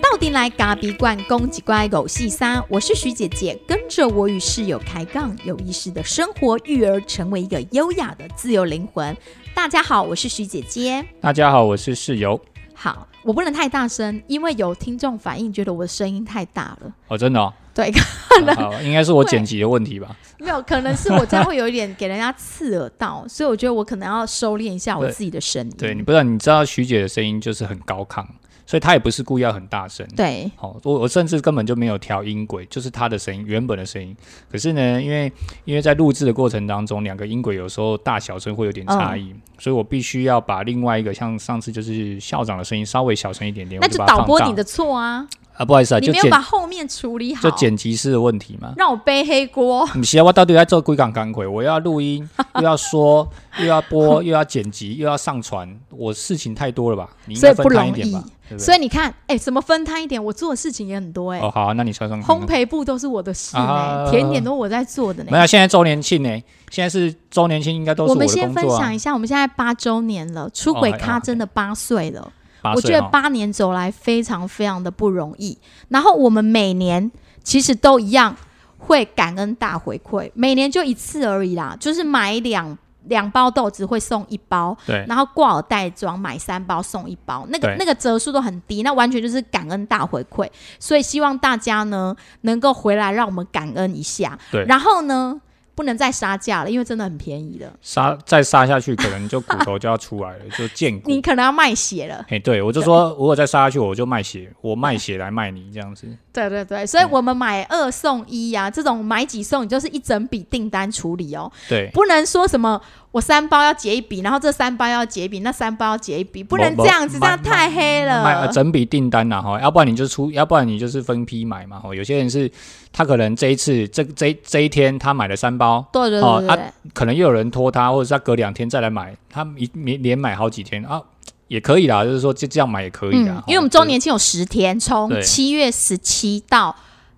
到底来嘎比罐公鸡乖狗细沙，我是徐姐姐，跟着我与室友开杠，有意识的生活育儿，成为一个优雅的自由灵魂。大家好，我是徐姐姐。大家好，我是室友。好，我不能太大声，因为有听众反映觉得我的声音太大了。哦，真的哦，对，啊好，应该是我剪辑的问题吧？没有，可能是我这样会有一点给人家刺耳到，所以我觉得我可能要收敛一下我对自己的声音。对，你不知道，你知道徐姐的声音就是很高亢，所以她也不是故意要很大声。对好、我我甚至根本就没有调音轨，就是她的声音原本的声音。可是呢，因为因为在录制的过程当中，两个音轨有时候大小声会有点差异，嗯所以我必须要把另外一个像上次就是校长的声音稍微小声一点点，那我就就把它导放播大你的错啊，啊，不好意思啊，你就没有剪把后面处理好，就剪辑师的问题嘛。让我背黑锅。你是啊，我到底在做几港港鬼？我又要录音， 又要说，又要播，又要剪辑，又要上传，我事情太多了吧？你应该分摊一点所吧以不容？对不对？所以你看，哎、怎么分摊一点？我做的事情也很多哎、哦，好啊、那你算算看烘。焙部都是我的事呢、啊甜点都我在做的呢、没有，现在周年庆呢，现在是周年庆，应该都是我的们先工分作啊哦哎享。一下，我们现在八周年了，出轨咖真的八岁了。八我岁哦觉得哈八年走来非常非常的不容易。然后我们每年其实都一样会感恩大回馈，每年就一次而已啦，就是买两两包豆子会送一包，对然后挂耳袋装买三包送一包，那个对那个折数都很低，那完全就是感恩大回馈。所以希望大家呢能够回来让我们感恩一下，对然后呢不能再杀价了，因为真的很便宜了，杀再杀下去，可能就骨头就要出来了，就见骨你。可能要卖血了。哎， 对我就说，如果再杀下去，我就卖血，我卖血来卖你这样子。对对对，所以我们买二送一呀、这种买几送你就是一整笔订单处理哦，对，不能说什么我三包要结一笔，然后这三包要结一笔，那三包要结一笔，不能某这样子，某这样太黑卖呃了。整笔订单呐、哈，要不然你就出，要不然你就是分批买嘛哈。有些人是他可能这一次这这这一天他买了三包，对对哦对对对，可能又有人拖他，或者是他隔两天再来买，他一连连买好几天啊，也可以啦，就是说就这样买也可以啦。嗯哈，因为我们周年庆有十天，从对七月十七到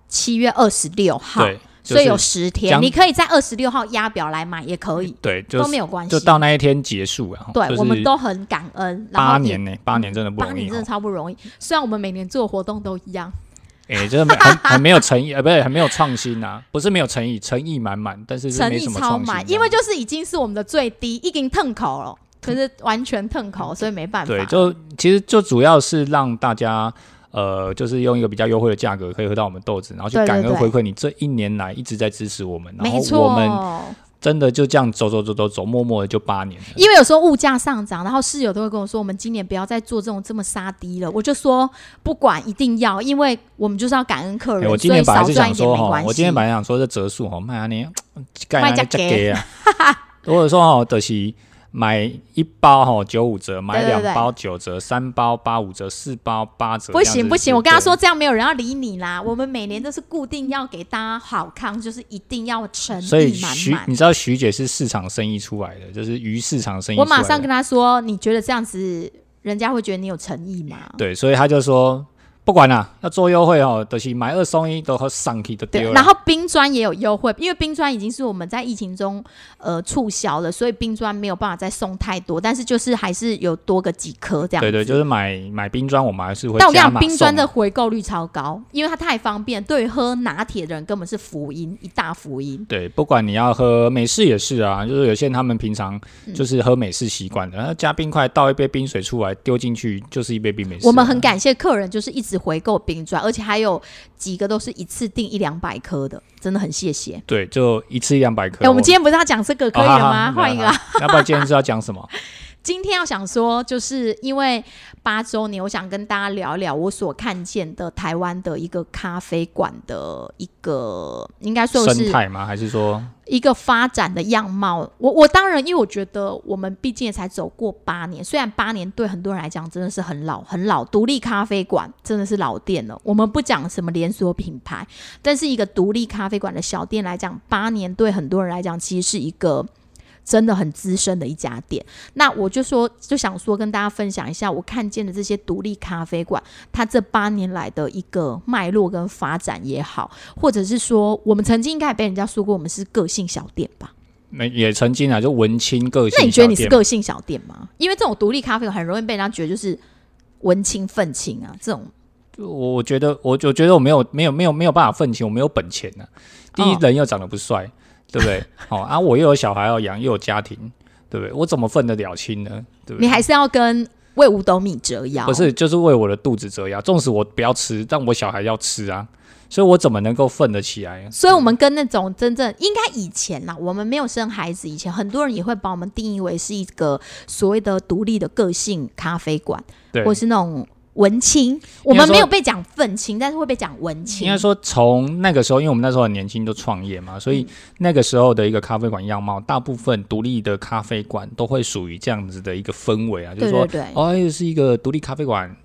七月二十六号，对，就所以有是十天，将你可以在二十六号压表来买也可以，对，就都是没有关系就。到那一天结束啊。哈对就，我们是都很感恩。然后八也年呢、八年真的不八容易年真的哈。超不容易，虽然我们每年做活动都一样。哎、真的 很很没有诚意，呃，不是很没有创新啊，不是没有诚意，诚意满满，但是是诚没意什么啊超创新满，的。因为就是已经是我们的最低，已经腾口了，就是完全腾口，所以没办法。嗯对，就其实就主要是让大家。呃，就是用一个比较优惠的价格可以喝到我们豆子，然后去对对感恩对回馈你这一年来一直在支持我们，然没后我们错，真的就这样走走走走走，默默的就八年了。因为有时候物价上涨，然后室友都会跟我说，我们今年不要再做这种这么杀低了。我就说不管，一定要，因为我们就是要感恩客哎人，我今所以天本来少是赚想一点说没哈关，系。我今天本来想说这折数哈，卖啊你，盖卖啊价价格格啊，或者说哈，就是买一包哈九五折，买对对两对包九折，三包八五折，四包八折。不这样行子不行，我跟他对说这样没有人要理你啦。我们每年都是固定要给大家好康，就是一定要诚所以意满徐满，。你知道徐姐是市场生意出来的，就是鱼市场生意出我来的。马上跟他说，你觉得这样子，人家会觉得你有诚意吗？对，所以他就说不管啦、要做优惠哦，就是买二送一都和上去都丢对，了。然后冰砖也有优惠，因为冰砖已经是我们在疫情中呃促销了，所以冰砖没有办法再送太多，但是就是还是有多个几颗这样。对对，就是买买冰砖，我们还是会但我跟你加讲，码啊冰砖送的回购率超高，因为它太方便，对于喝拿铁的人根本是福音，一大福音。对，不管你要喝美式也是啊，就是有些人他们平常就是喝美式习惯的，然后加冰块倒一杯冰水出来丢进去就是一杯冰美式啊。我们很感谢客人，就是一直回购冰砖，而且还有几个都是一次订一两百颗的，真的很谢谢。对，就一次一两百克。哎、我们今天不是要讲这个，可以了吗？换、一个啊、啊。好好好要不然今天是要讲什么？今天要想说，就是因为八周年，我想跟大家聊一聊我所看见的台湾的一个咖啡馆的一个，应该说生是态吗？还是说一个发展的样貌。我我当然，因为我觉得我们毕竟也才走过八年，虽然八年对很多人来讲真的是很老很老，独立咖啡馆真的是老店了。我们不讲什么连锁品牌，但是一个独立咖啡馆的小店来讲，八年对很多人来讲其实是一个。真的很资深的一家店，那我就说，就想说跟大家分享一下我看见的这些独立咖啡馆，它这八年来的一个脉络跟发展也好，或者是说，我们曾经应该也被人家说过，我们是个性小店吧？没也曾经啊，就文青个性小店嘛。那你觉得你是个性小店吗？因为这种独立咖啡馆很容易被人家觉得就是文青愤青啊，这种我我觉得我我觉得我没有没有没有没有办法愤青，我没有本钱呢、第一哦，人又长得不帅，对 不对？好、啊，我又有小孩要养，又有家庭，对不对？我怎么分得了亲呢？对不你对？还是要跟为五斗米折腰。不是，就是为我的肚子折腰。纵使我不要吃，但我小孩要吃啊，所以我怎么能够分得起来？所以，我们跟那种真正应该以前啦，我们没有生孩子以前，很多人也会把我们定义为是一个所谓的独立的个性咖啡馆，对，或是那种文青。我们没有被讲愤青，但是会被讲文青。应该说从那个时候，因为我们那时候很年轻，就创业嗯嘛，所以那个时候的一个咖啡馆样貌，大部分独立的咖啡馆都会属于这样子的一个氛围啊，就是对说对，对，哦，又是一个独立咖啡馆，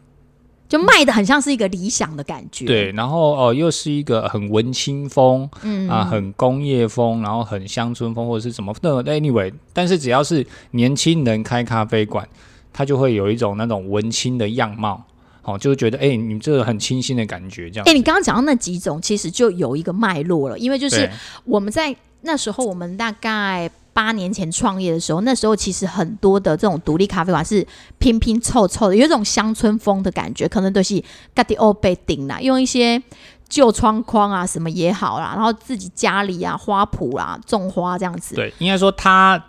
就卖的很像是一个理想的感觉。对，然后哦，又是一个很文青风，嗯，啊，很工业风，然后很乡村风，或者是什么那 anyway，但是只要是年轻人开咖啡馆，他就会有一种那种文青的样貌，哦，就是觉得哎、你这个很清新的感觉，这样哎、。你刚刚讲到那几种，其实就有一个脉络了，因为就是对我们在那时候，我们大概八年前创业的时候，那时候其实很多的这种独立咖啡馆是拼拼凑凑的，有一种乡村风的感觉，可能都是嘎迪欧被顶啦，用一些旧窗框啊什么也好啦，然后自己家里啊花圃啊种花这样子。对，应该说他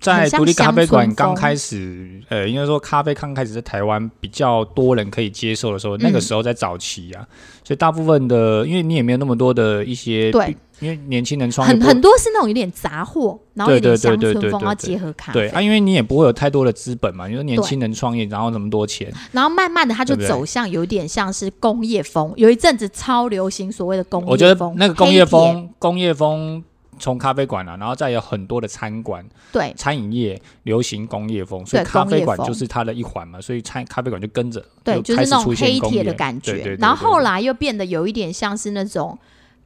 在很像独立咖啡馆乡村刚风开始，呃，应该说咖啡刚开始在台湾比较多人可以接受的时候，那个嗯时候在早期啊，所以大部分的，因为你也没有那么多的一些，对，因为年轻人创业很不很多是那种有点杂货，然后有点对对对乡对村对风，对然后对结合咖对啡，啊，因为你也不会有太多的资本嘛，你说年对轻人创业，然后那么多钱，然后慢慢的它就对不对走向有点像是工业风，有一阵子超流行所谓的工业风，我觉得那个工业黑铁，风，工业风从咖啡馆啊，然后再有很多的餐馆、对，餐饮业流行工业风，所以对咖啡馆工业风就是它的一环嘛，所以餐咖啡馆就跟着，对，就是开始那出种现黑工铁业的感觉。对对对对然后后来又变得有一点像是那种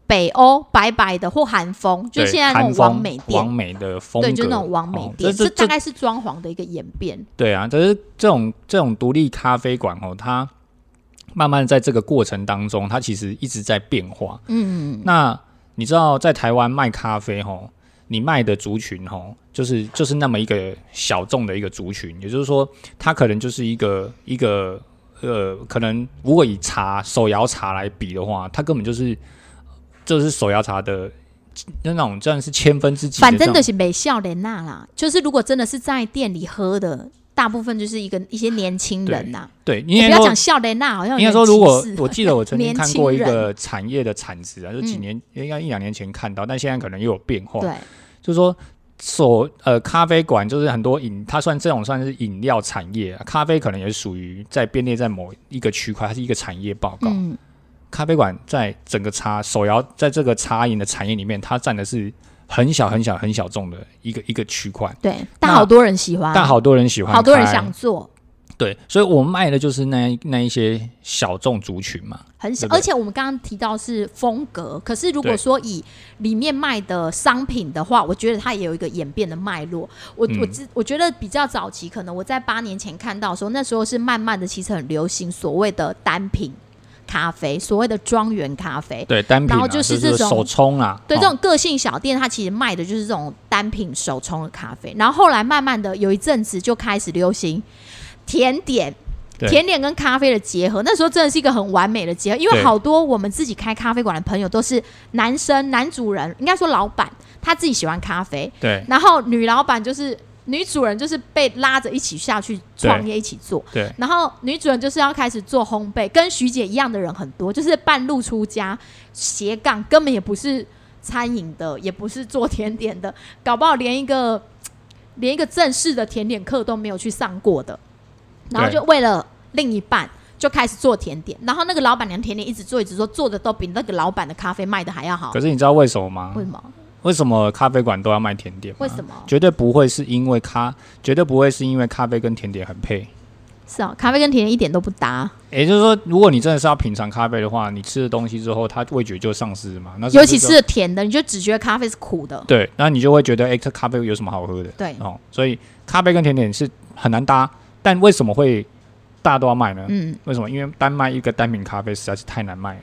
北欧白白的或韩风，就是对现在那韩种完风美完店。美的风格，对，就是那种完美哦店，这这这大这概是装潢的一个演变。对啊，但是这种这种独立咖啡馆哦，它慢慢在这个过程当中，它其实一直在变化。嗯，那你知道在台湾卖咖啡吼，你卖的族群吼，就是就是那么一个小众的一个族群，也就是说，它可能就是一个一个呃，可能如果以茶手摇茶来比的话，它根本就是就是手摇茶的那种，真的是千分之几的反这种，正就是美笑莲娜啦，就是如果真的是在店里喝的，大部分就是一个一些年轻人呐。对，你你也不要讲笑莲娜，好像有应点该说，如果歧视我记得我曾 经年看轻过一人嗯个产业的产值啊，就几年、应该一两年前看到，但现在可能又有变化。对就是说所呃咖啡馆就是很多饮，它算这种算是饮料产业、啊，咖啡可能也属于在编列在某一个区块，它是一个产业报告。嗯，咖啡馆在整个茶手摇在这个茶饮的产业里面，它占的是很小很小很小众的一个一个区块，对，但那好多人喜欢，但好多人喜欢开，啊好多人想做，对，所以我卖的就是那一那一些小众族群嘛。很小对，不对而且我们刚刚提到是风格，可是如对果说以里面卖的商品的话，我觉得它也有一个演变的脉络。我、我嗯知我觉得比较早期，可能我在八年前看到的时候，那时候是慢慢的其实很流行所谓的单品咖啡，所谓的庄园咖啡。对，单品、啊、然后就是这种手冲啦、对哦这种个性小店，它其实卖的就是这种单品手冲的咖啡。然后后来慢慢的有一阵子就开始流行甜点，对甜点跟咖啡的结合。那时候真的是一个很完美的结合，因为对好多我们自己开咖啡馆的朋友都是男生，男主人应该说老板他自己喜欢咖啡，对然后女老板就是女主人就是被拉着一起下去创业一起做。对然后女主人就是要开始做烘焙，跟徐姐一样的人很多，就是半路出家，斜杠根本也不是餐饮的，也不是做甜点的，搞不好连一个连一个正式的甜点课都没有去上过的，然后对就为了另一半。就开始做甜点，然后那个老板娘甜点一直做，一直做，做的都比那个老板的咖啡卖的还要好可。是你知道为什么吗为？什么？为什么咖啡馆都要卖甜点吗？为什？么？绝对不会是因为咖，绝对不会是因为咖啡跟甜点很配。是啊，咖啡跟甜点一点都不搭，也就是说，如果你真的是要品尝咖啡的话，你吃了东西之后，它味觉就丧失了嘛。那是不尤是其就是甜的，你就只觉得咖啡是苦的。对，那你就会觉得，哎、这咖啡有什么好喝的？对哦，所以咖啡跟甜点是很难搭。但为什么会大家都要卖呢？嗯，为什么？因为单卖一个单品咖啡实在是太难卖了。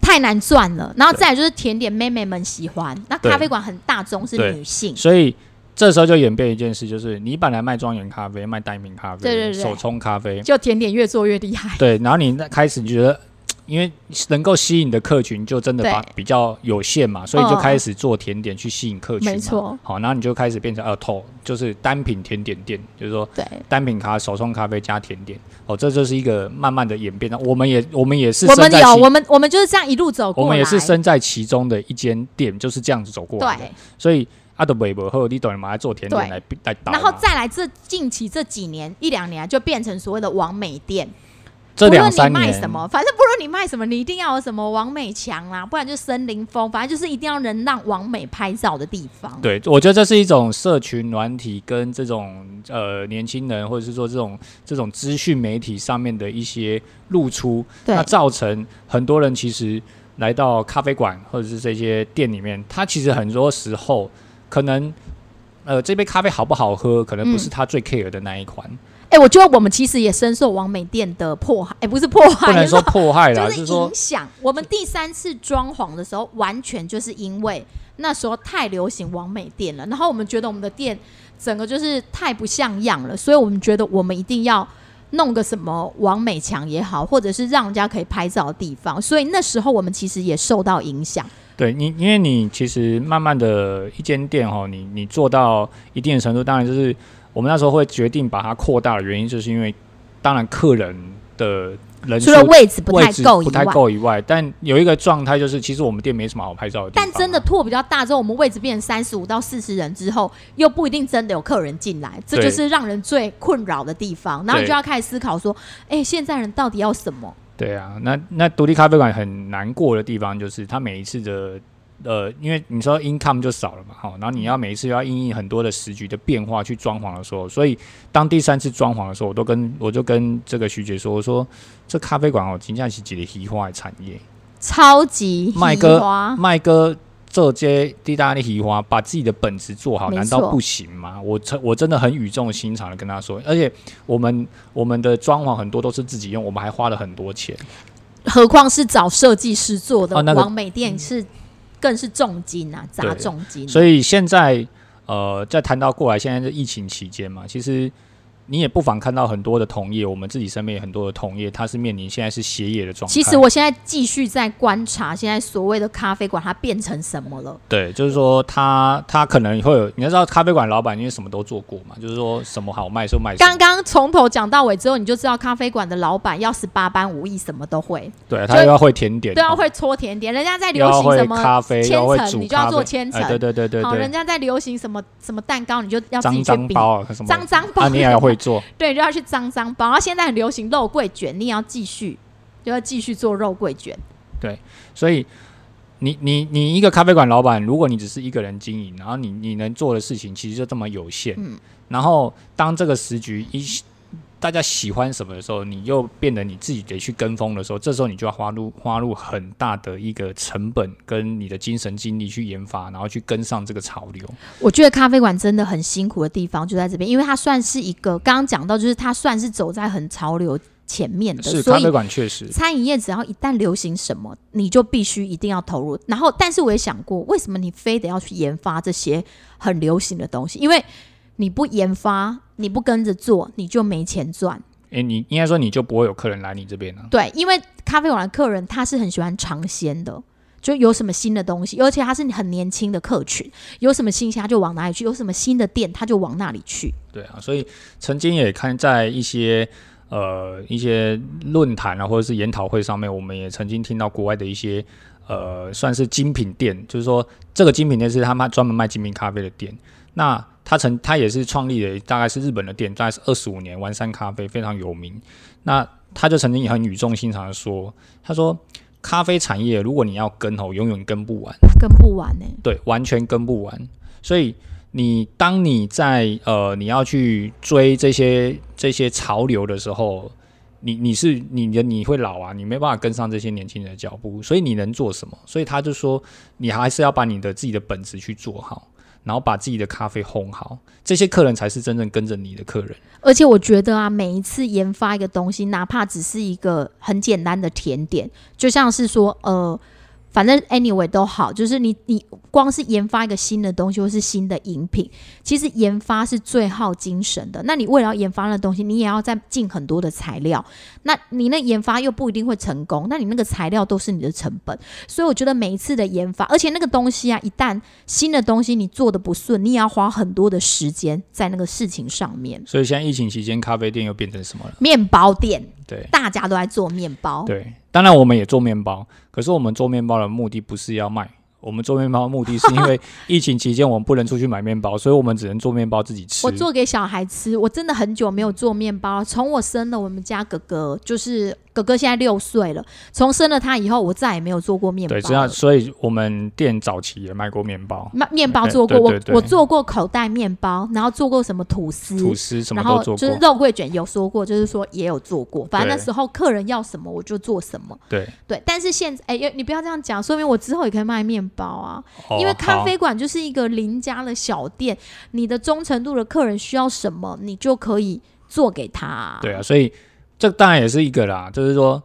太难赚了。然后再来就是甜点妹妹们喜欢，那对咖啡馆很大众是对女性，所以这时候就演变一件事，就是你本来卖庄园咖啡、卖单品咖啡、对对对手冲咖啡，就甜点越做越厉害。对，然后你那开始你觉得，因为能够吸引的客群就真的把对比较有限嘛，所以就嗯开始做甜点去吸引客群嘛。没错好，然后你就开始变成呃头，就是单品甜点店，就是说对，单品咖手冲咖啡加甜点。哦，这就是一个慢慢的演变。那我们也我们也是我身们在有，其我们我们就是这样一路走过我来。们也是身在其中的一间店，就是这样子走过来的对。，所以啊阿德韦伯后，你懂吗？来做甜点来来打嘛。然后再来这近期这几年一两年啊就变成所谓的完美店，这不两论你三年卖什么，反正不论你卖什么，你一定要有什么王美强啦，不然就森林风，反正就是一定要能让王美拍照的地方。对，我觉得这是一种社群软体跟这种呃年轻人，或者是说这种这种资讯媒体上面的一些露出，对那造成很多人其实来到咖啡馆或者是这些店里面，他其实很多时候可能。呃，这杯咖啡好不好喝，可能嗯不是他最 care 的那一款，哎、我觉得我们其实也深受王美店的迫害， 哎、不是迫害，不能说 就是迫害啦，就是是说影响。我们第三次装潢的时候，完全就是因为那时候太流行完美店了，然后我们觉得我们的店整个就是太不像样了，所以我们觉得我们一定要弄个什么完美墙也好，或者是让人家可以拍照的地方。所以那时候我们其实也受到影响。对你，因为你其实慢慢的一间店哦，你你做到一定的程度，当然就是我们那时候会决定把它扩大的原因，就是因为当然客人的人数除了位置不位太置够以不太外，够以外，但有一个状态就是，其实我们店没什么好拍照的地方啊、但真的拓比较大之后，我们位置变成三十五到四十人之后，又不一定真的有客人进来，这就对是让人最困扰的地方。然后你对就要开始思考说，哎、现在人到底要什么？对啊，那那独立咖啡馆很难过的地方就是，它每一次的呃，因为你说 income 就少了嘛，好，然后你要每一次要应应很多的时局的变化去装潢的时候，所以当第三次装潢的时候，我都跟我就跟这个徐姐说，我说这咖啡馆哦，金价是几个稀花的产业，超级麦喜哥花麦哥。这些地大利喜花，把自己的本职做好，没难道错不行吗？我真我真的很语重心长的跟他说，而且我们我们的装潢很多都是自己用，我们还花了很多钱。何况是找设计师做的，哦那个王美店是更是重金啊，砸对重金。所以现在，呃，在谈到过来，现在是疫情期间嘛，其实你也不妨看到很多的同业，我们自己身边也很多的同业，他是面临现在是歇业的状态。其实我现在继续在观察，现在所谓的咖啡馆它变成什么了？对，就是说他他可能会有，你要知道咖啡馆老板因为什么都做过嘛，就是说什么好卖就卖什么。刚刚从头讲到尾之后，你就知道咖啡馆的老板要十八般武艺，什么都会。对他又要会甜点，对啊，哦会搓甜点，人家在又流要行什会么咖啡，又千要会层，煮你就要咖做啡。千层。哎，对对对对好，人对，家在流行什么什么蛋糕，你就要自己去脏脏比。包啊什么，脏脏包啊你也要会做。 对，你就要去脏脏包。然后现在很流行肉桂卷，你也要继续，就要继续做肉桂卷。所以你你你一个咖啡馆老板，如果你只是一个人经营，然后你你能做的事情其实就这么有限。嗯然后当这个时局一大家喜欢什么的时候，你又变得你自己得去跟风的时候，这时候你就要花入花入很大的一个成本跟你的精神精力去研发，然后去跟上这个潮流。我觉得咖啡馆真的很辛苦的地方就在这边，因为它算是一个刚刚讲到，就是它算是走在很潮流前面的，是所咖以啡馆确实餐饮业只要一旦流行什么，你就必须一定要投入。然后，但是我也想过，为什么你非得要去研发这些很流行的东西？因为你不研发，你不跟着做，你就没钱赚。诶，你应该说你就不会有客人来你这边啊了、对，因为咖啡馆的客人他是很喜欢尝鲜的，就有什么新的东西，而且他是很年轻的客群，有什么新鲜他就往哪里去，有什么新的店他就往哪里去。对啊，所以曾经也看在一些呃一些论坛啊，或者是研讨会上面，我们也曾经听到国外的一些呃算是精品店，就是说这个精品店是他们专门卖精品咖啡的店。那他曾他也是创立了大概是日本的店，大概是二十五年，丸山咖啡非常有名。那他就曾经也很语重心长的说，他说咖啡产业如果你要跟哦，永远跟不完。跟不完欸呢、对，完全跟不完。所以你当你在呃你要去追这些这些潮流的时候，你你是你的你会老啊，你没办法跟上这些年轻人的脚步，所以你能做什么？所以他就说，你还是要把你的自己的本职去做好。然后把自己的咖啡烘好，这些客人才是真正跟着你的客人。而且我觉得啊，每一次研发一个东西，哪怕只是一个很简单的甜点，就像是说，呃，反正 anyway 都好，就是你你光是研发一个新的东西或是新的饮品，其实研发是最耗精神的。那你为了要研发那东西，你也要再进很多的材料，那你那研发又不一定会成功，那你那个材料都是你的成本。所以我觉得每一次的研发，而且那个东西啊，一旦新的东西你做的不顺，你也要花很多的时间在那个事情上面。所以现在疫情期间，咖啡店又变成什么了？面包店，对大家都在做面包，对，当然我们也做面包，可是我们做面包的目的不是要卖，我们做面包的目的是因 为疫情期间我们不能出去买面包，所以我们只能做面包自己吃。我做给小孩吃，我真的很久没有做面包了。从我生了我们家哥哥，就是哥哥现在六岁了，从生了他以后，我再也没有做过面包对，了。这样，所以我们店早期也卖过面包、那面包对做过，哎对对对我我做过口袋面包，然后做过什么吐司，吐司，什嗯么然都后做就是过。肉桂卷有说过，就是说也有做过。反正那对时候客人要什么我就做什么，对，对。但是现在，哎、你不要这样讲，说明我之后也可以卖面包啊。哦因为咖好啡馆就是一个邻家的小店，你的忠诚度的客人需要什么，你就可以做给他、对啊，所以这当然也是一个啦，就是说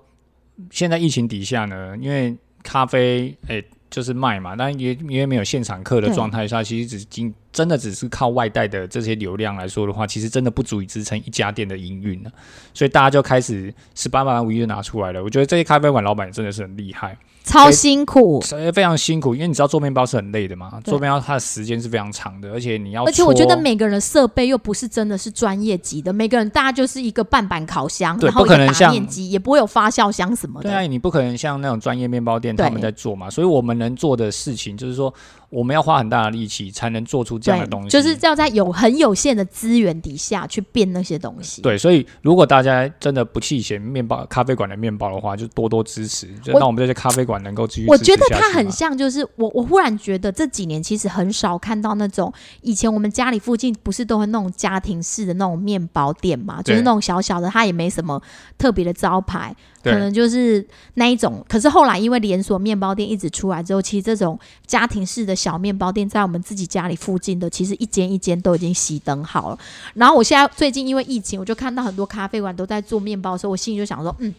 现在疫情底下呢，因为咖啡诶、就是卖嘛，但也因为没有现场客的对状态下，其实只仅真的只是靠外带的这些流量来说的话，其实真的不足以支撑一家店的营运了。所以大家就开始十八般武艺就拿出来了。我觉得这些咖啡馆老板真的是很厉害，超辛苦。所以非常辛苦，因为你知道做面包是很累的嘛，对做面包它的时间是非常长的，而且你要而且我觉得搓每个人的设备又不是真的是专业级的，每个人大家就是一个半板烤箱，对然后不一可个能打像面机，也不会有发酵箱什么对的。啊，你不可能像那种专业面包店他们哦对在做嘛，所以我们能做的事情就是说，我们要花很大的力气才能做出这样的东西。就是要在有很有限的资源底下去变那些东西。对，所以如果大家真的不弃嫌面包咖啡馆的面包的话，就多多支持，就我让我们这些咖啡馆能够继续我支觉得持下它去很嘛像，就是我我忽然觉得这几年其实很少看到那种以前我们家里附近不是都会那种家庭式的那种面包店嘛，就是对那种小小的，它也没什么特别的招牌，可对能就是那一种。可是后来因为连锁面包店一直出来之后，其实这种家庭式的小面包店在我们自己家里附近的，其实一间一间都已经熄灯好了。然后我现在最近因为疫情，我就看到很多咖啡馆都在做面包的时候，我心里就想说，嗯，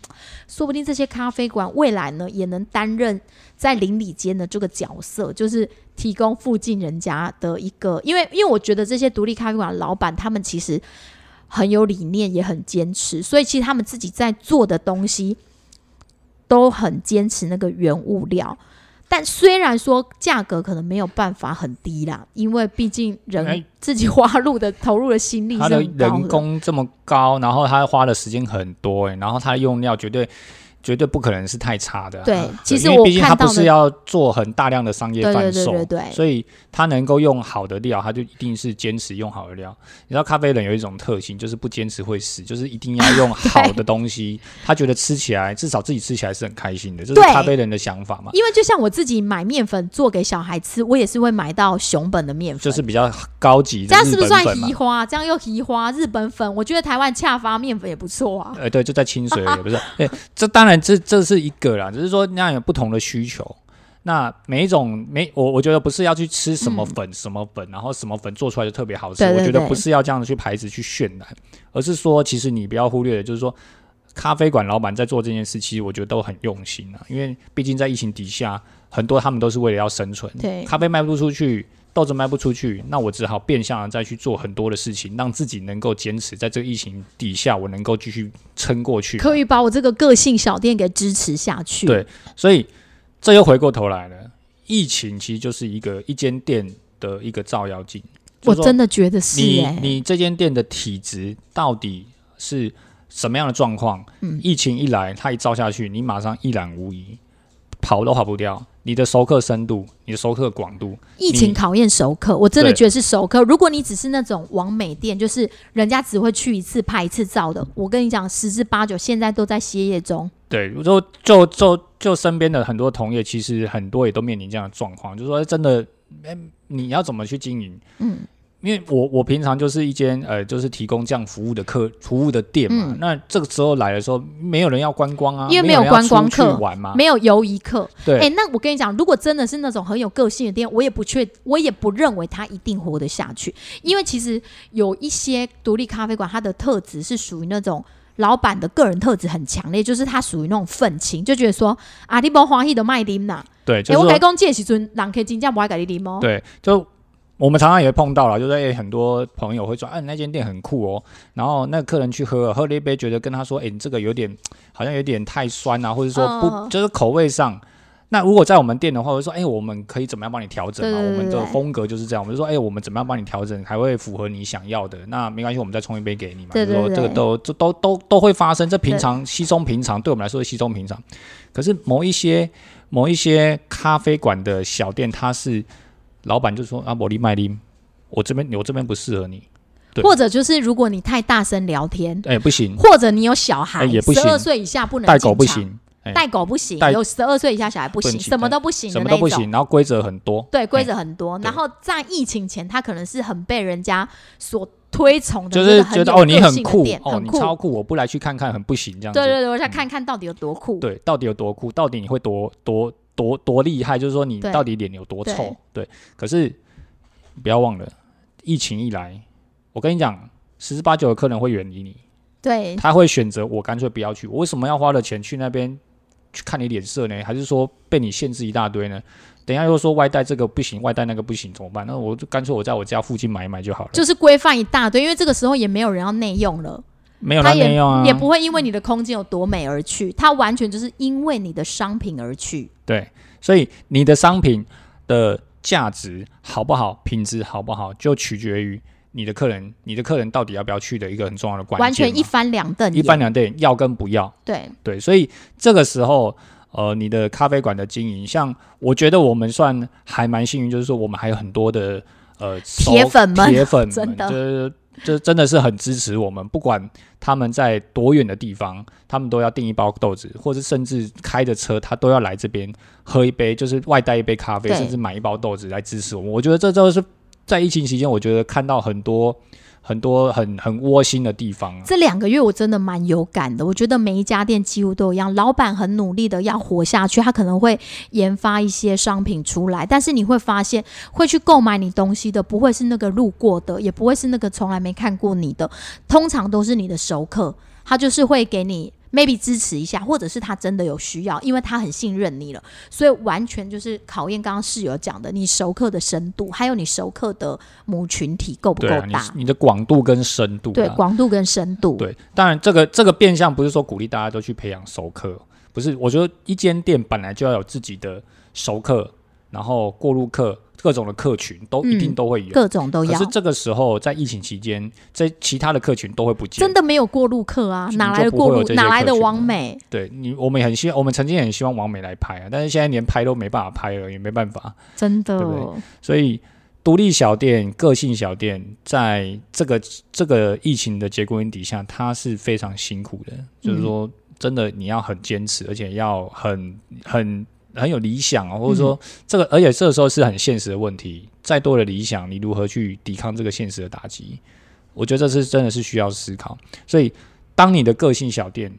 说不定这些咖啡馆未来呢也能担任在邻里间的这个角色，就是提供附近人家的一个，因为因为我觉得这些独立咖啡馆的老板他们其实很有理念，也很坚持，所以其实他们自己在做的东西都很坚持那个原物料。但虽然说价格可能没有办法很低啦，因为毕竟人哎自己花入的投入的心力是它的很高人工这么高，然后它花的时间很多、欸，然后它的用料绝对。绝对不可能是太差的啊、对其实因为我毕竟它看到不是的要做很大量的商业对对贩对售，对对所以它能够用好的料，它就一定是坚持用好的料。你知道咖啡人有一种特性，就是不坚持会死，就是一定要用好的东西， 他觉得吃起来至少自己吃起来是很开心的，这是对咖啡人的想法嘛，因为就像我自己买面粉做给小孩吃，我也是会买到熊本的面粉，就是比较高级这的样是日不是本算粉嘛啊移。花？这样又移花日本粉，我觉得台湾恰发面粉也不错啊。呃，对，就在清水而已，不是？哎、这当然这这是一个啦，只是说那样有不同的需求。那每一种每我我觉得不是要去吃什么粉、什么粉，然后什么粉做出来就特别好吃。嗯对对我觉得对不是要这样子去牌子去渲染，而是说其实你不要忽略的，就是说咖啡馆老板在做这件事，其实我觉得都很用心啊，因为毕竟在疫情底下，很多他们都是为了要生存，对咖啡卖不出去。豆子卖不出去，那我只好变相的再去做很多的事情，让自己能够坚持在这个疫情底下，我能够继续撑过去。可以把我这个个性小店给支持下去。对所以这又回过头来了，疫情其实就是一个一间店的一个照妖镜。我就是说真的觉得是你哎、你这间店的体质到底是什么样的状况？嗯疫情一来，它一照下去，你马上一览无遗，跑都跑不掉。你的熟客深度，你的熟客广度，疫情你考验熟客，我真的对觉得是熟客。如果你只是那种网美店，就是人家只会去一次拍一次照的，我跟你讲，十之八九现在都在歇业中。对，我就就就就身边的很多同业，其实很多也都面临这样的状况，就是说真的，哎你要怎么去经营？嗯，因为我我平常就是一间呃，就是提供这样服务的客服务的店嘛。嗯那这个时候来的时候，没有人要观光啊，因为没没有人要观光出去客玩嘛。没有游一客，对，哎、那我跟你讲，如果真的是那种很有个性的店，我也不确，我也不认为他一定活得下去，因为其实有一些独立咖啡馆，它的特质是属于那种。老板的个人特质很强烈，就是他属于那种愤青，就觉得说啊，你不欢喜的卖啉呐，对，哎、就是我说改讲这时阵，人客真正不爱甲你啉哦。对，就我们常常也会碰到了，就是、欸、很多朋友会说，啊，你那间店很酷哦，然后那个客人去喝了，喝了一杯，觉得跟他说，哎、你这个有点好像有点太酸啊，或者说不、嗯就是口味上。那如果在我们店的话，我就说，哎、我们可以怎么样帮你调整嘛？啊对对对我们的对风格就是这样，我们就说，哎、我们怎么样帮你调整，还会符合你想要的。那没关系，我们再冲一杯给你嘛。对对就是说这对个都这都都都会发生，这平常稀松平常，对我们来说是稀松平常。可是某一些某一些咖啡馆的小店，它是老板就说啊，我利麦利，我这边我这边不适合你，对或者就是如果你太大声聊天，哎、不行，或者你有小孩，哎也不十行二岁以下不能带狗不进场，行，哎带狗不行，带有十二岁以下小孩不不行，能进哎什么都不行的什么那都不一种。行，然后规则很多，对，规哎则很多。对然后在疫情前，他可能是很被人家所推崇的，就是很觉得有哦你个很性的酷店，哦很你酷。超酷，我不来去看看很不行这样子，嗯对对对，我想看看到底有多酷。对，到底有多酷，到底你会多多多多厉害，就是说你对到底脸有多对臭，对。可是不要忘了，疫情一来，我跟你讲，十之八九的客人会远离你，对他会选择我干脆不要去，我为什么要花了钱去那边去看你脸色呢？还是说被你限制一大堆呢？等一下又说外带这个不行，外带那个不行，怎么办？那我就干脆我在我家附近买一买就好了，就是规范一大堆，因为这个时候也没有人要内用了，没有他那内用啊，也不会因为你的空间有多美而去，他完全就是因为你的商品而去。对，所以你的商品的价值好不好，品质好不好，就取决于你的客人，你的客人到底要不要去的一个很重要的关键嘛。完全一翻两瞪眼，啊一翻两瞪眼，要跟不要。对对，所以这个时候，呃，你的咖啡馆的经营，像我觉得我们算还蛮幸运，就是说我们还有很多的呃铁熟粉们 铁粉们，真的就是这真的是很支持我们，不管他们在多远的地方，他们都要订一包豆子，或者甚至开着车，他都要来这边喝一杯，就是外带一杯咖啡，对甚至买一包豆子来支持我们。我觉得这都是在疫情期间，我觉得看到很多很多很很窝心的地方啊。这两个月我真的蛮有感的，我觉得每一家店几乎都一样，老板很努力的要活下去，他可能会研发一些商品出来，但是你会发现，会去购买你东西的不会是那个路过的，也不会是那个从来没看过你的，通常都是你的熟客，他就是会给你 maybe 支持一下，或者是他真的有需要，因为他很信任你了，所以完全就是考验刚刚室友讲的，你熟客的深度，还有你熟客的母群体够不够对啊，你大，你的广度跟深度、啊，对广度跟深度，对，当然这个这个变相不是说鼓励大家都去培养熟客，不是，我觉得一间店本来就要有自己的熟客，然后过路客各种的客群都一定嗯都会有。各种都可要是。这个时候在疫情期间，这其他的客群都会不见。真的没有过路客啊，就哪来的过你路就不会有这？些哪来的客群王美？对你，我们也很希望，我们曾经也很希望王美来拍啊，但是现在连拍都没办法拍了，也没办法。真的对不所以独立小店、个性小店，在这个这个疫情的节骨眼底下，它是非常辛苦的。就是说，真的你要很坚持，而且要很很很有理想啊，或者说这个，而且这个时候是很现实的问题。再多的理想，你如何去抵抗这个现实的打击？我觉得这是真的是需要思考。所以，当你的个性小店，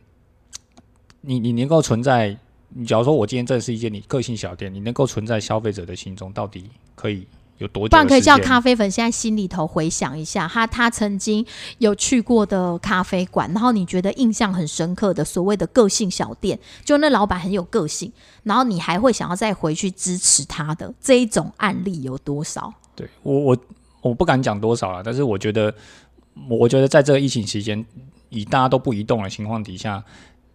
你你能够存在，你假如说我今天这是一间你个性小店，你能够存在消费者的心中，到底可以有多久？不然可以叫。咖啡粉现在心里头回想一下，他他曾经有去过的咖啡馆，然后你觉得印象很深刻的所谓的个性小店，就那老板很有个性，然后你还会想要再回去支持他的这一种案例有多少？对我我我不敢讲多少了，但是我觉得，我觉得在这个疫情期间，以大家都不移动的情况底下，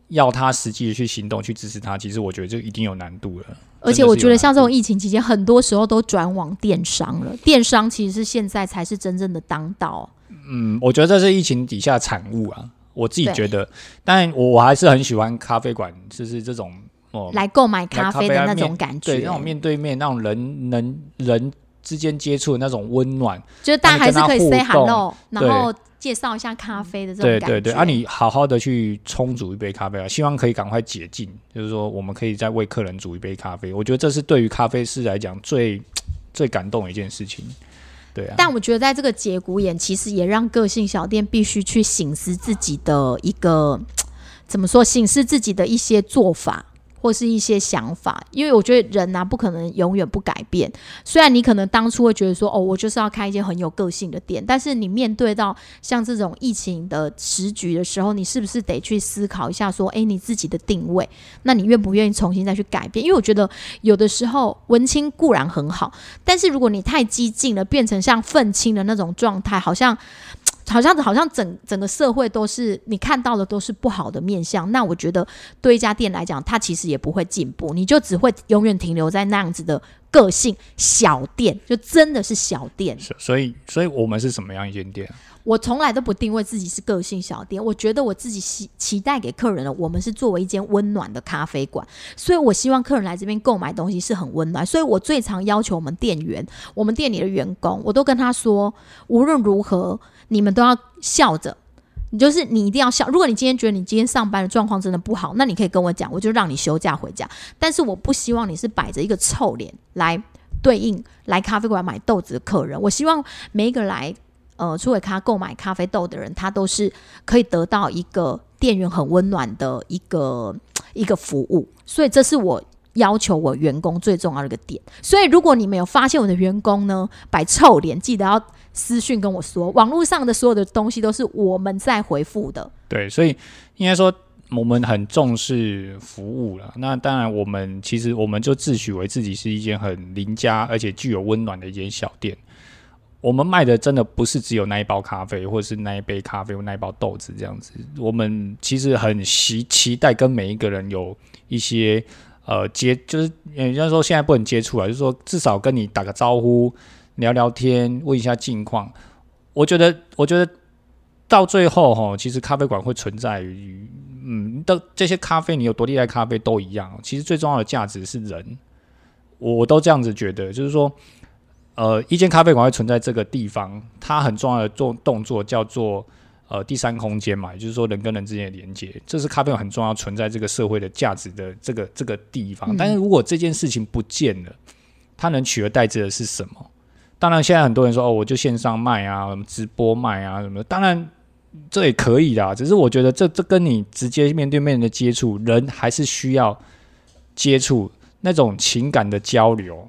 要他实际的去行动去支持他，其实我觉得这一定有难度了。而且真的是我觉得像这有种难疫情期间，很多时候都转往电商了，电商其实是现在才是真正的当道。嗯，我觉得这是疫情底下产物啊，我自己对觉得，但我我还是很喜欢咖啡馆，就是这种哦，来购买咖咖啡啡的啊那面种感觉，对那种面对面那种人人人之间接触的那种温暖，就是大家还是可以 say 跟他互动 hello，然对后介绍一下咖啡的这种对感觉。对对，啊，你好好的去冲煮一杯咖啡啊，希望可以赶快解禁，就是说我们可以再为客人煮一杯咖啡，我觉得这是对于咖啡师来讲最最感动的一件事情，对啊，但我觉得在这个节骨眼，其实也让个性小店必须去醒思自己的一个怎么说，醒思自己的一些做法。或是一些想法，因为我觉得人呐、啊不可能永远不改变。虽然你可能当初会觉得说，哦，我就是要开一间很有个性的店，但是你面对到像这种疫情的时局的时候，你是不是得去思考一下，说，诶，你自己的定位，那你愿不愿意重新再去改变？因为我觉得有的时候文青固然很好，但是如果你太激进了，变成像愤青的那种状态，好像。好像好像整整个社会都是你看到的都是不好的面相，那我觉得对一家店来讲，它其实也不会进步，你就只会永远停留在那样子的个性小店，就真的是小店。是所以所以我们是什么样一间店？我从来都不定位自己是个性小店，我觉得我自己期期待给客人的，我们是作为一间温暖的咖啡馆，所以我希望客人来这边购买东西是很温暖，所以我最常要求我们店员、我们店里的员工，我都跟他说，无论如何，你们都要笑着。你就是你一定要笑。如果你今天觉得你今天上班的状况真的不好，那你可以跟我讲，我就让你休假回家。但是我不希望你是摆着一个臭脸来对应来咖啡馆买豆子的客人。我希望每一个来呃初尾咖购买咖啡豆的人，他都是可以得到一个店员很温暖的一个一个服务。所以这是我。要求我员工最重要的一个点，所以如果你们有发现我的员工呢摆臭脸，记得要私讯跟我说，网络上的所有的东西都是我们在回复的。对，所以应该说我们很重视服务了。那当然，我们其实我们就自诩为自己是一间很邻家而且具有温暖的一间小店。我们卖的真的不是只有那一包咖啡，或者是那一杯咖啡或那一包豆子这样子。我们其实很期期待跟每一个人有一些呃接，就是也就是说现在不能接触啊，就是说至少跟你打个招呼、聊聊天、问一下近况。我觉得，我觉得到最后哈，其实咖啡馆会存在于，嗯，的这些咖啡，你有多厉害，咖啡都一样。其实最重要的价值是人，我我都这样子觉得，就是说，呃，一间咖啡馆会存在这个地方，它很重要的做动作叫做呃第三空间嘛，也就是说人跟人之间的连接，这是咖啡馆很重要存在这个社会的价值的这个这个地方。但是如果这件事情不见了，它能取而代之的是什么？当然，现在很多人说哦，我就线上卖啊，什么直播卖啊什么的，当然这也可以啊啦。只是我觉得这这跟你直接面对面的接触，人还是需要接触那种情感的交流。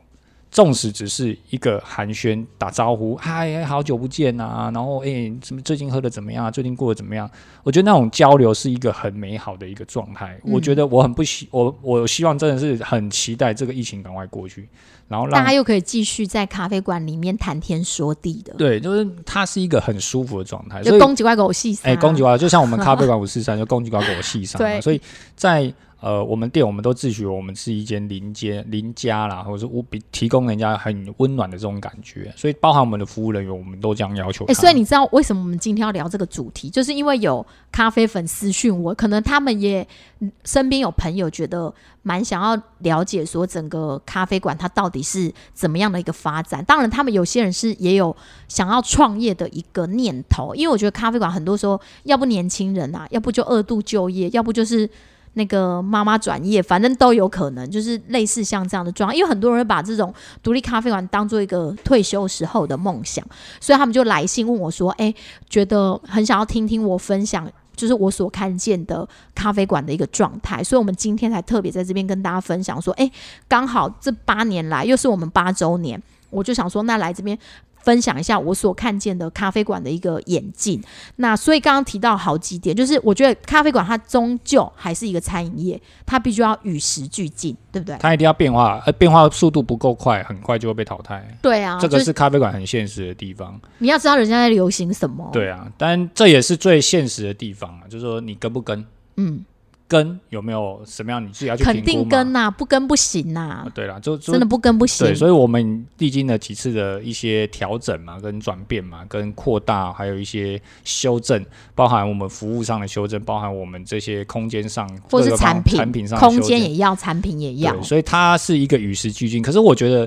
纵使只是一个寒暄、打招呼，嗨，好久不见啊，然后哎，什么最近喝的怎么样啊？最近过得怎么样？我觉得那种交流是一个很美好的一个状态。嗯我觉得我很不希，我我希望真的是很期待这个疫情赶快过去，然后让大家又可以继续在咖啡馆里面谈天说地的，对，就是它是一个很舒服的状态，所就以攻击怪狗戏啊杀。哎，公鸡瓜就像我们咖 啡馆五四三，就公鸡瓜给我系上对嘛。所以在呃，我们店我们都自诩我们是一间邻街邻家啦，或者是无比提供人家很温暖的这种感觉。所以包含我们的服务人员，我们都这样要求哎、他。所以你知道为什么我们今天要聊这个主题？就是因为有咖啡粉私讯我，可能他们也嗯身边有朋友觉得蛮想要了解说整个咖啡馆它到底是怎么样的一个发展。当然，他们有些人是也有想要创业的一个念头，因为我觉得咖啡馆很多时候，要不年轻人啊，要不就二度就业，要不就是。那个妈妈转业，反正都有可能，就是类似像这样的状况，因为很多人会把这种独立咖啡馆当做一个退休时候的梦想。所以他们就来信问我说：“哎、觉得很想要听听我分享，就是我所看见的咖啡馆的一个状态。”所以，我们今天才特别在这边跟大家分享说：“哎、刚好这八年来又是我们八周年，我就想说，那来这边。”分享一下我所看见的咖啡馆的一个演进。那所以刚刚提到好几点，就是我觉得咖啡馆它终究还是一个餐饮业，它必须要与时俱进，对不对？它一定要变化，呃，变化速度不够快，很快就会被淘汰。对啊，这个就是是咖啡馆很现实的地方，你要知道人家在流行什么。，对啊，但这也是最现实的地方啊，就是说你跟不跟，嗯，跟有没有什么样，你自己要去肯评估定嘛。跟呐、啊不跟不行呐、啊对啦，就就真的不跟不行对，。所以我们历经了几次的一些调整嘛、跟转变嘛、跟扩大，还有一些修正，包含我们服务上的修正，包含我们这些空间上或是各个方产品、产品上的空修间正也要，产品也要对，。所以它是一个与时俱进。可是我觉得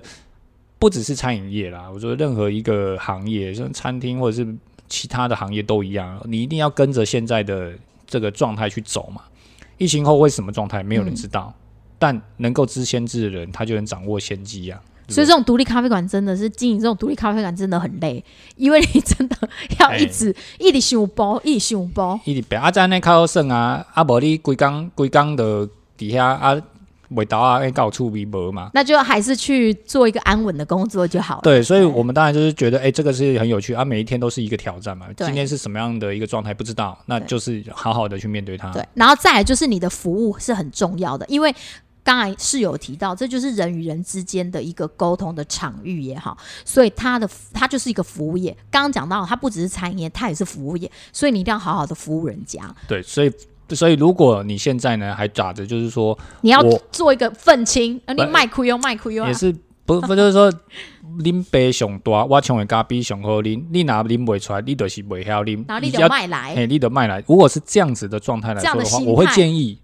不只是餐饮业啦，我觉得任何一个行业，像餐厅或者是其他的行业都一样，你一定要跟着现在的这个状态去走嘛。疫情后会什么状态，没有嗯人知道，但能够知先知的人，他就能掌握先机啊。对所以这种独立咖啡馆真的是经营这种独立咖啡馆真的很累，因为你真的哎要一直、一直修包，一直修包。伊伫白啊，在那靠算啊，啊无你规工规工就伫遐啊，尾刀啊，哎，搞触鼻膜嘛。那就还是去做一个安稳的工作就好了。对，所以我们当然就是觉得，哎、这个是很有趣啊，每一天都是一个挑战嘛。对今天是什么样的一个状态不知道，那对就是好好的去面对它。对，然后再来就是你的服务是很重要的，因为刚才室友提到，这就是人与人之间的一个沟通的场域也好，所以它的它就是一个服务业。刚刚讲到，它不只是餐饮业，它也是服务业，所以你一定要好好的服务人家，对，所以所以如果你现在呢还打着就是说你要我做一个愤青，呃你不卖哭哟卖哭哟啊也，是不不就是说，啉杯上大，我冲的咖啡上好啉，你若啉袂出来，你就是袂晓啉。然后你只就要卖来，嘿，你得卖来。如果是这样子的状态哎来这样的说的话，心我会态建议，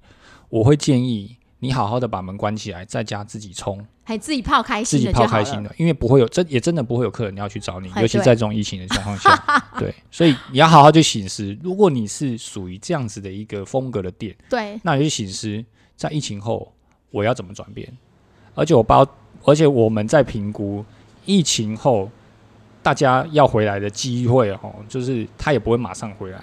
我会建议你好好的把门关起来，在家自己冲，还自己泡开自心己的就泡好开心了。的，因为不会有真也真的不会有客人要去找你，哎尤其对在这种疫情的状况 下，对，所以你要好好去醒思。如果你是属于这样子的一个风格的店，对，那你去醒思，在疫情后我要怎么转变？而且我包，而且我们在评估疫情后大家要回来的机会哦，就是他也不会马上回来，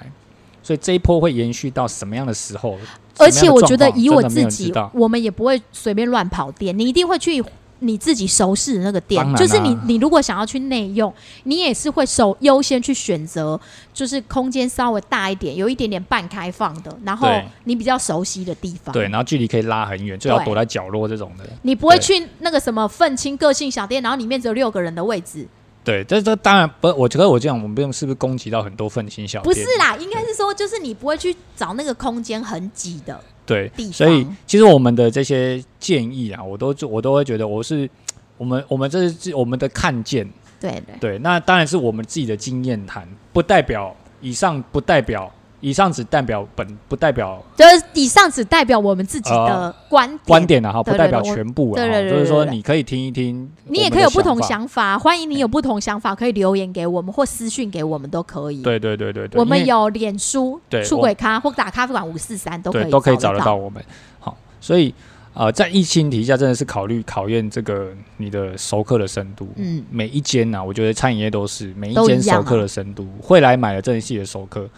所以这一波会延续到什么样的时候？而且我觉得什么以样我的状自况真的没有人知己道，我们也不会随便乱跑店，你一定会去你自己熟识的那个店。当然啊就是你，你如果想要去内用，你也是会首优先去选择，就是空间稍微大一点，有一点点半开放的，然后对你比较熟悉的地方。对，，然后距离可以拉很远，最好对躲在角落这种的。你不会对去那个什么愤青个性小店，然后里面只有六个人的位置。对，这这当然不，我觉得我这样，我们不用是不是攻击到很多愤青小不店？是啦，应该是说，就是你不会去找那个空间很挤的。对地，所以方其实我们的这些建议啊，我都我都会觉得我是我们我们这是我们的看见，对对，对，那当然是我们自己的经验谈，不代表以上不代表以上只代表本不代表就是以上只代表我们自己的呃观点。观点啊哈，对对不代表对我全部啊对对对哈，对就是说对对你可以听一听，你也可以有不同。想法，欢迎你有不同想法，可以留言给我们或私讯给我们都可以。，对对对对对，我因们为有脸书对出我轨咖或打咖啡馆五四三都可对以都可以找找得到。到我们。好，所以呃，在疫情底下，真的是考虑考验这个你的熟客的深度。嗯，每一间呐、我觉得餐饮业都是每一都一间样啊熟客的深度，会来买的正系的熟客。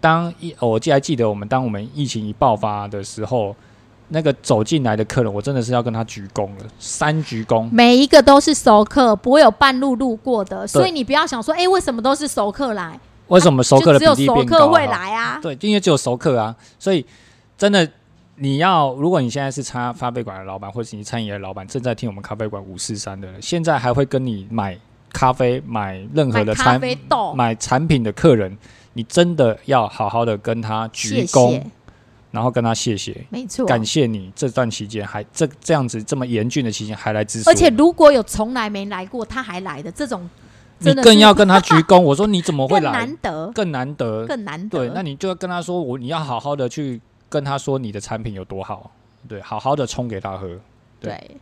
当一、哦我记还记得我们当我们疫情一爆发的时候，那个走进来的客人，我真的是要跟他鞠躬了，三鞠躬。每一个都是熟客，不会有半路路过的，所以你不要想说，哎、为什么都是熟客来？为什么熟客就的只有比例熟变客高、会啊？来啊。对，因为只有熟客啊，所以真的你要，如果你现在是咖咖啡馆的老板，或者是你餐饮的老板，正在听我们咖啡馆五四三的人，现在还会跟你买咖啡、买任何买的咖餐啡哦豆，买产品的客人，你真的要好好的跟他鞠谢哦躬，谢，然后跟他谢谢，没错。感谢你这段期间还这这样子这么严峻的期间还来支持我而们，且如果有从来没来过，他还来的这种，你真的更是要跟他 鞠躬。我说你怎么会更来？难得，更难得，更难得。对，那你就要跟他说，我你要好好的去跟他说你的产品有多好，对，好好的冲给他喝。对对。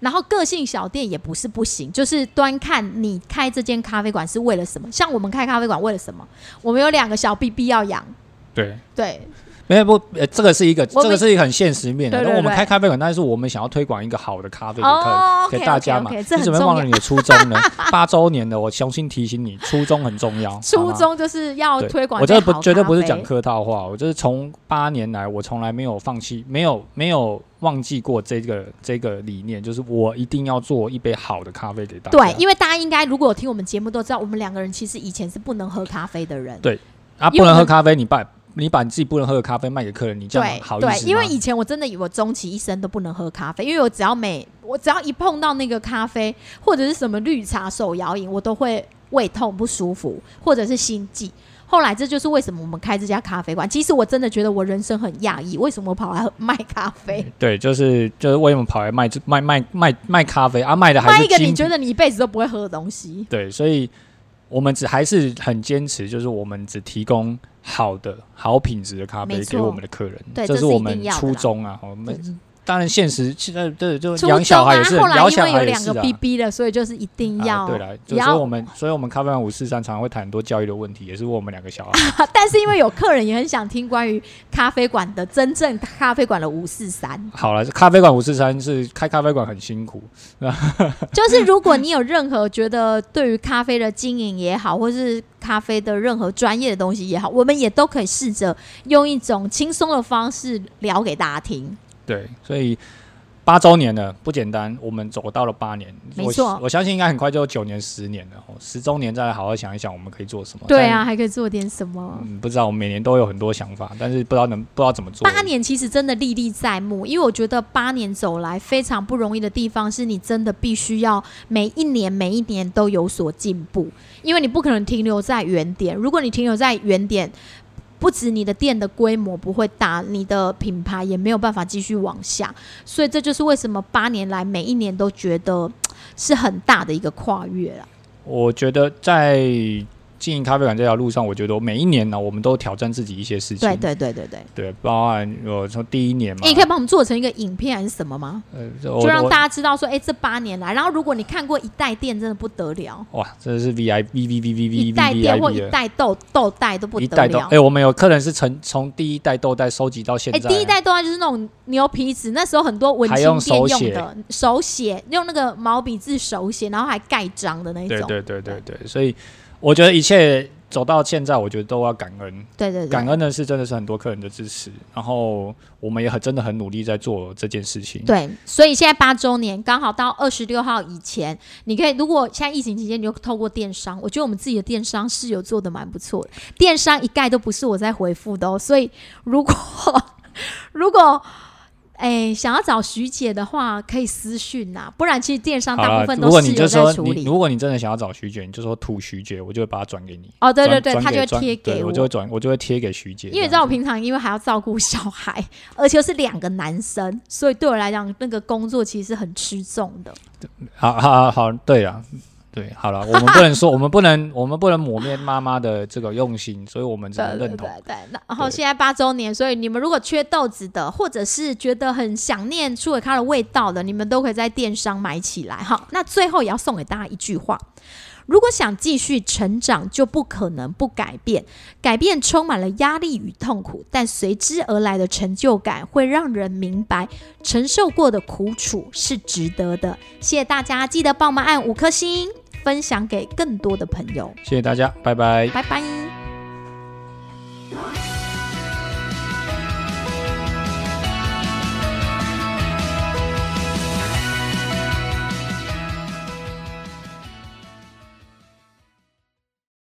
然后个性小店也不是不行，就是端看你开这间咖啡馆是为了什么。像我们开咖啡馆为了什么？我们有两个小 BB 要养，对，对没有不，呃，这个是一个，我这们个是一个很现实面的。对那对我们对开咖啡馆，但是我们想要推广一个好的咖啡给客人哦给，OK，大家嘛。 OK，OK，你这很怎么重忘了要你的初衷 呢？八周年的，我重新提醒你，初衷很重要。好初吗衷就是要对推广我一这杯好咖啡。不绝对不是讲客套话，我这是从八年来，我从来没有放弃，没有没有忘记过这个这个理念，就是我一定要做一杯好的咖啡给大家。对，因为大家应该如果有听我们节目都知道，我们两个人其实以前是不能喝咖啡的人。对啊，因为不能我喝们咖啡，你把你把你自己不能喝的咖啡卖给客人，你这样对好意思吗对，因为以前我真的以为我终其一生都不能喝咖啡，因为我只要每我只要一碰到那个咖啡或者是什么绿茶手摇饮，我都会胃痛不舒服，或者是心悸。后来这就是为什么我们开这家咖啡馆。其实我真的觉得我人生很讶异，为什么我跑来喝卖咖啡，对，就是就是为什么跑来卖卖卖卖卖咖啡啊，卖的还卖是一个精你觉得你一辈子都不会喝的东西？对，所以我们只还是很坚持，就是我们只提供好的好品质的咖没啡错给我们的客人，对这这是是我一们定要的初啦衷啊。我们当然现实现在对就初养小中孩啊也，是，后来养因小为有孩也两是个啊。 BB 了，所以就是一定要啊、对了，就也所以要我们，所以我们咖啡馆五四三常会谈很多教育的问题，也是问我们两个小孩。 但是因为有客人也很想听关于咖啡馆的真正咖啡馆的五四三。好了，咖啡馆五四三是开咖啡馆很辛苦，就是如果你有任何觉得对于咖啡的经营也好，或是咖啡的任何专业的东西也好，我们也都可以试着用一种轻松的方式聊给大家听。对，所以八周年了，不简单，我们走到了八年，没错我我相信应该很快就九年、十年了，哦十周年再来好好想一想，我们可以做什么？对啊，还可以做点什么但。。嗯，不知道，我们每年都有很多想法，但是不知道能不知道怎么做。八年其实真的历历在目，因为我觉得八年走来非常不容易的地方，是你真的必须要每一年每一年都有所进步，因为你不可能停留在原点。如果你停留在原点，不止你的店的规模不会大，你的品牌也没有办法继续往下，所以这就是为什么八年来每一年都觉得是很大的一个跨越了。我觉得在经营咖啡馆这条路上，我觉得我每一年呢，我们都挑战自己一些事情。对对对对对，对包含我从第一年嘛，诶你可以帮我们做成一个影片还是什么吗？呃，我就让我大家知道说，哎、这八年来，然后如果你看过一代店，真的不得了，哇，真的是 V I V V V V V 一 V 代 V 店 I 或 P 一的。代豆豆代都不一得代豆，了哎、。我们有客人是从从第一代豆袋收集到现哎、在，第一代豆代就是那种牛皮纸，那时候很多文还青用店手用写的手写，用那个毛笔字手写，然后还盖章的那一对种。对对对对，所以我觉得一切走到现在，我觉得都要感恩。对对感对恩的是，真的是很多客人的支持，然后我们也很真的很努力在做这件事情。对，所以现在八周年刚好到二十六号以前，你可以如果现在疫情期间，你就透过电商，我觉得我们自己的电商是有做的蛮不错的，电商一概都不是我在回复的哦，所以如果如果哎、想要找徐姐的话，可以私讯呐、不然其实电商好大了部，分如都果是你有就在说处你，理。如果你真的想要找徐姐，你就说土徐姐，我就会把它转给你。哦，对对转对，转他就给会转贴对给我，我。就会转，我就会贴给徐姐。因为你知这样道我子平常因为还要照顾小孩，而且又是两个男生，所以对我来讲，那个工作其实是很吃重的。好好好好，对啊，对，好了，我们 不能说，我们不能，我们不能抹灭妈妈的这个用心，所以我们只能对对认同。对对，那然后对现在八周年，所以你们如果缺豆子的，或者是觉得很想念苏维咖的味道的，你们都可以在电商买起来哈。那最后也要送给大家一句话：如果想继续成长，就不可能不改变。改变充满了压力与痛苦，但随之而来的成就感会让人明白，承受过的苦楚是值得的。谢谢大家，记得帮我们按五颗星，分享给更多的朋友。谢谢大家，拜拜。拜拜。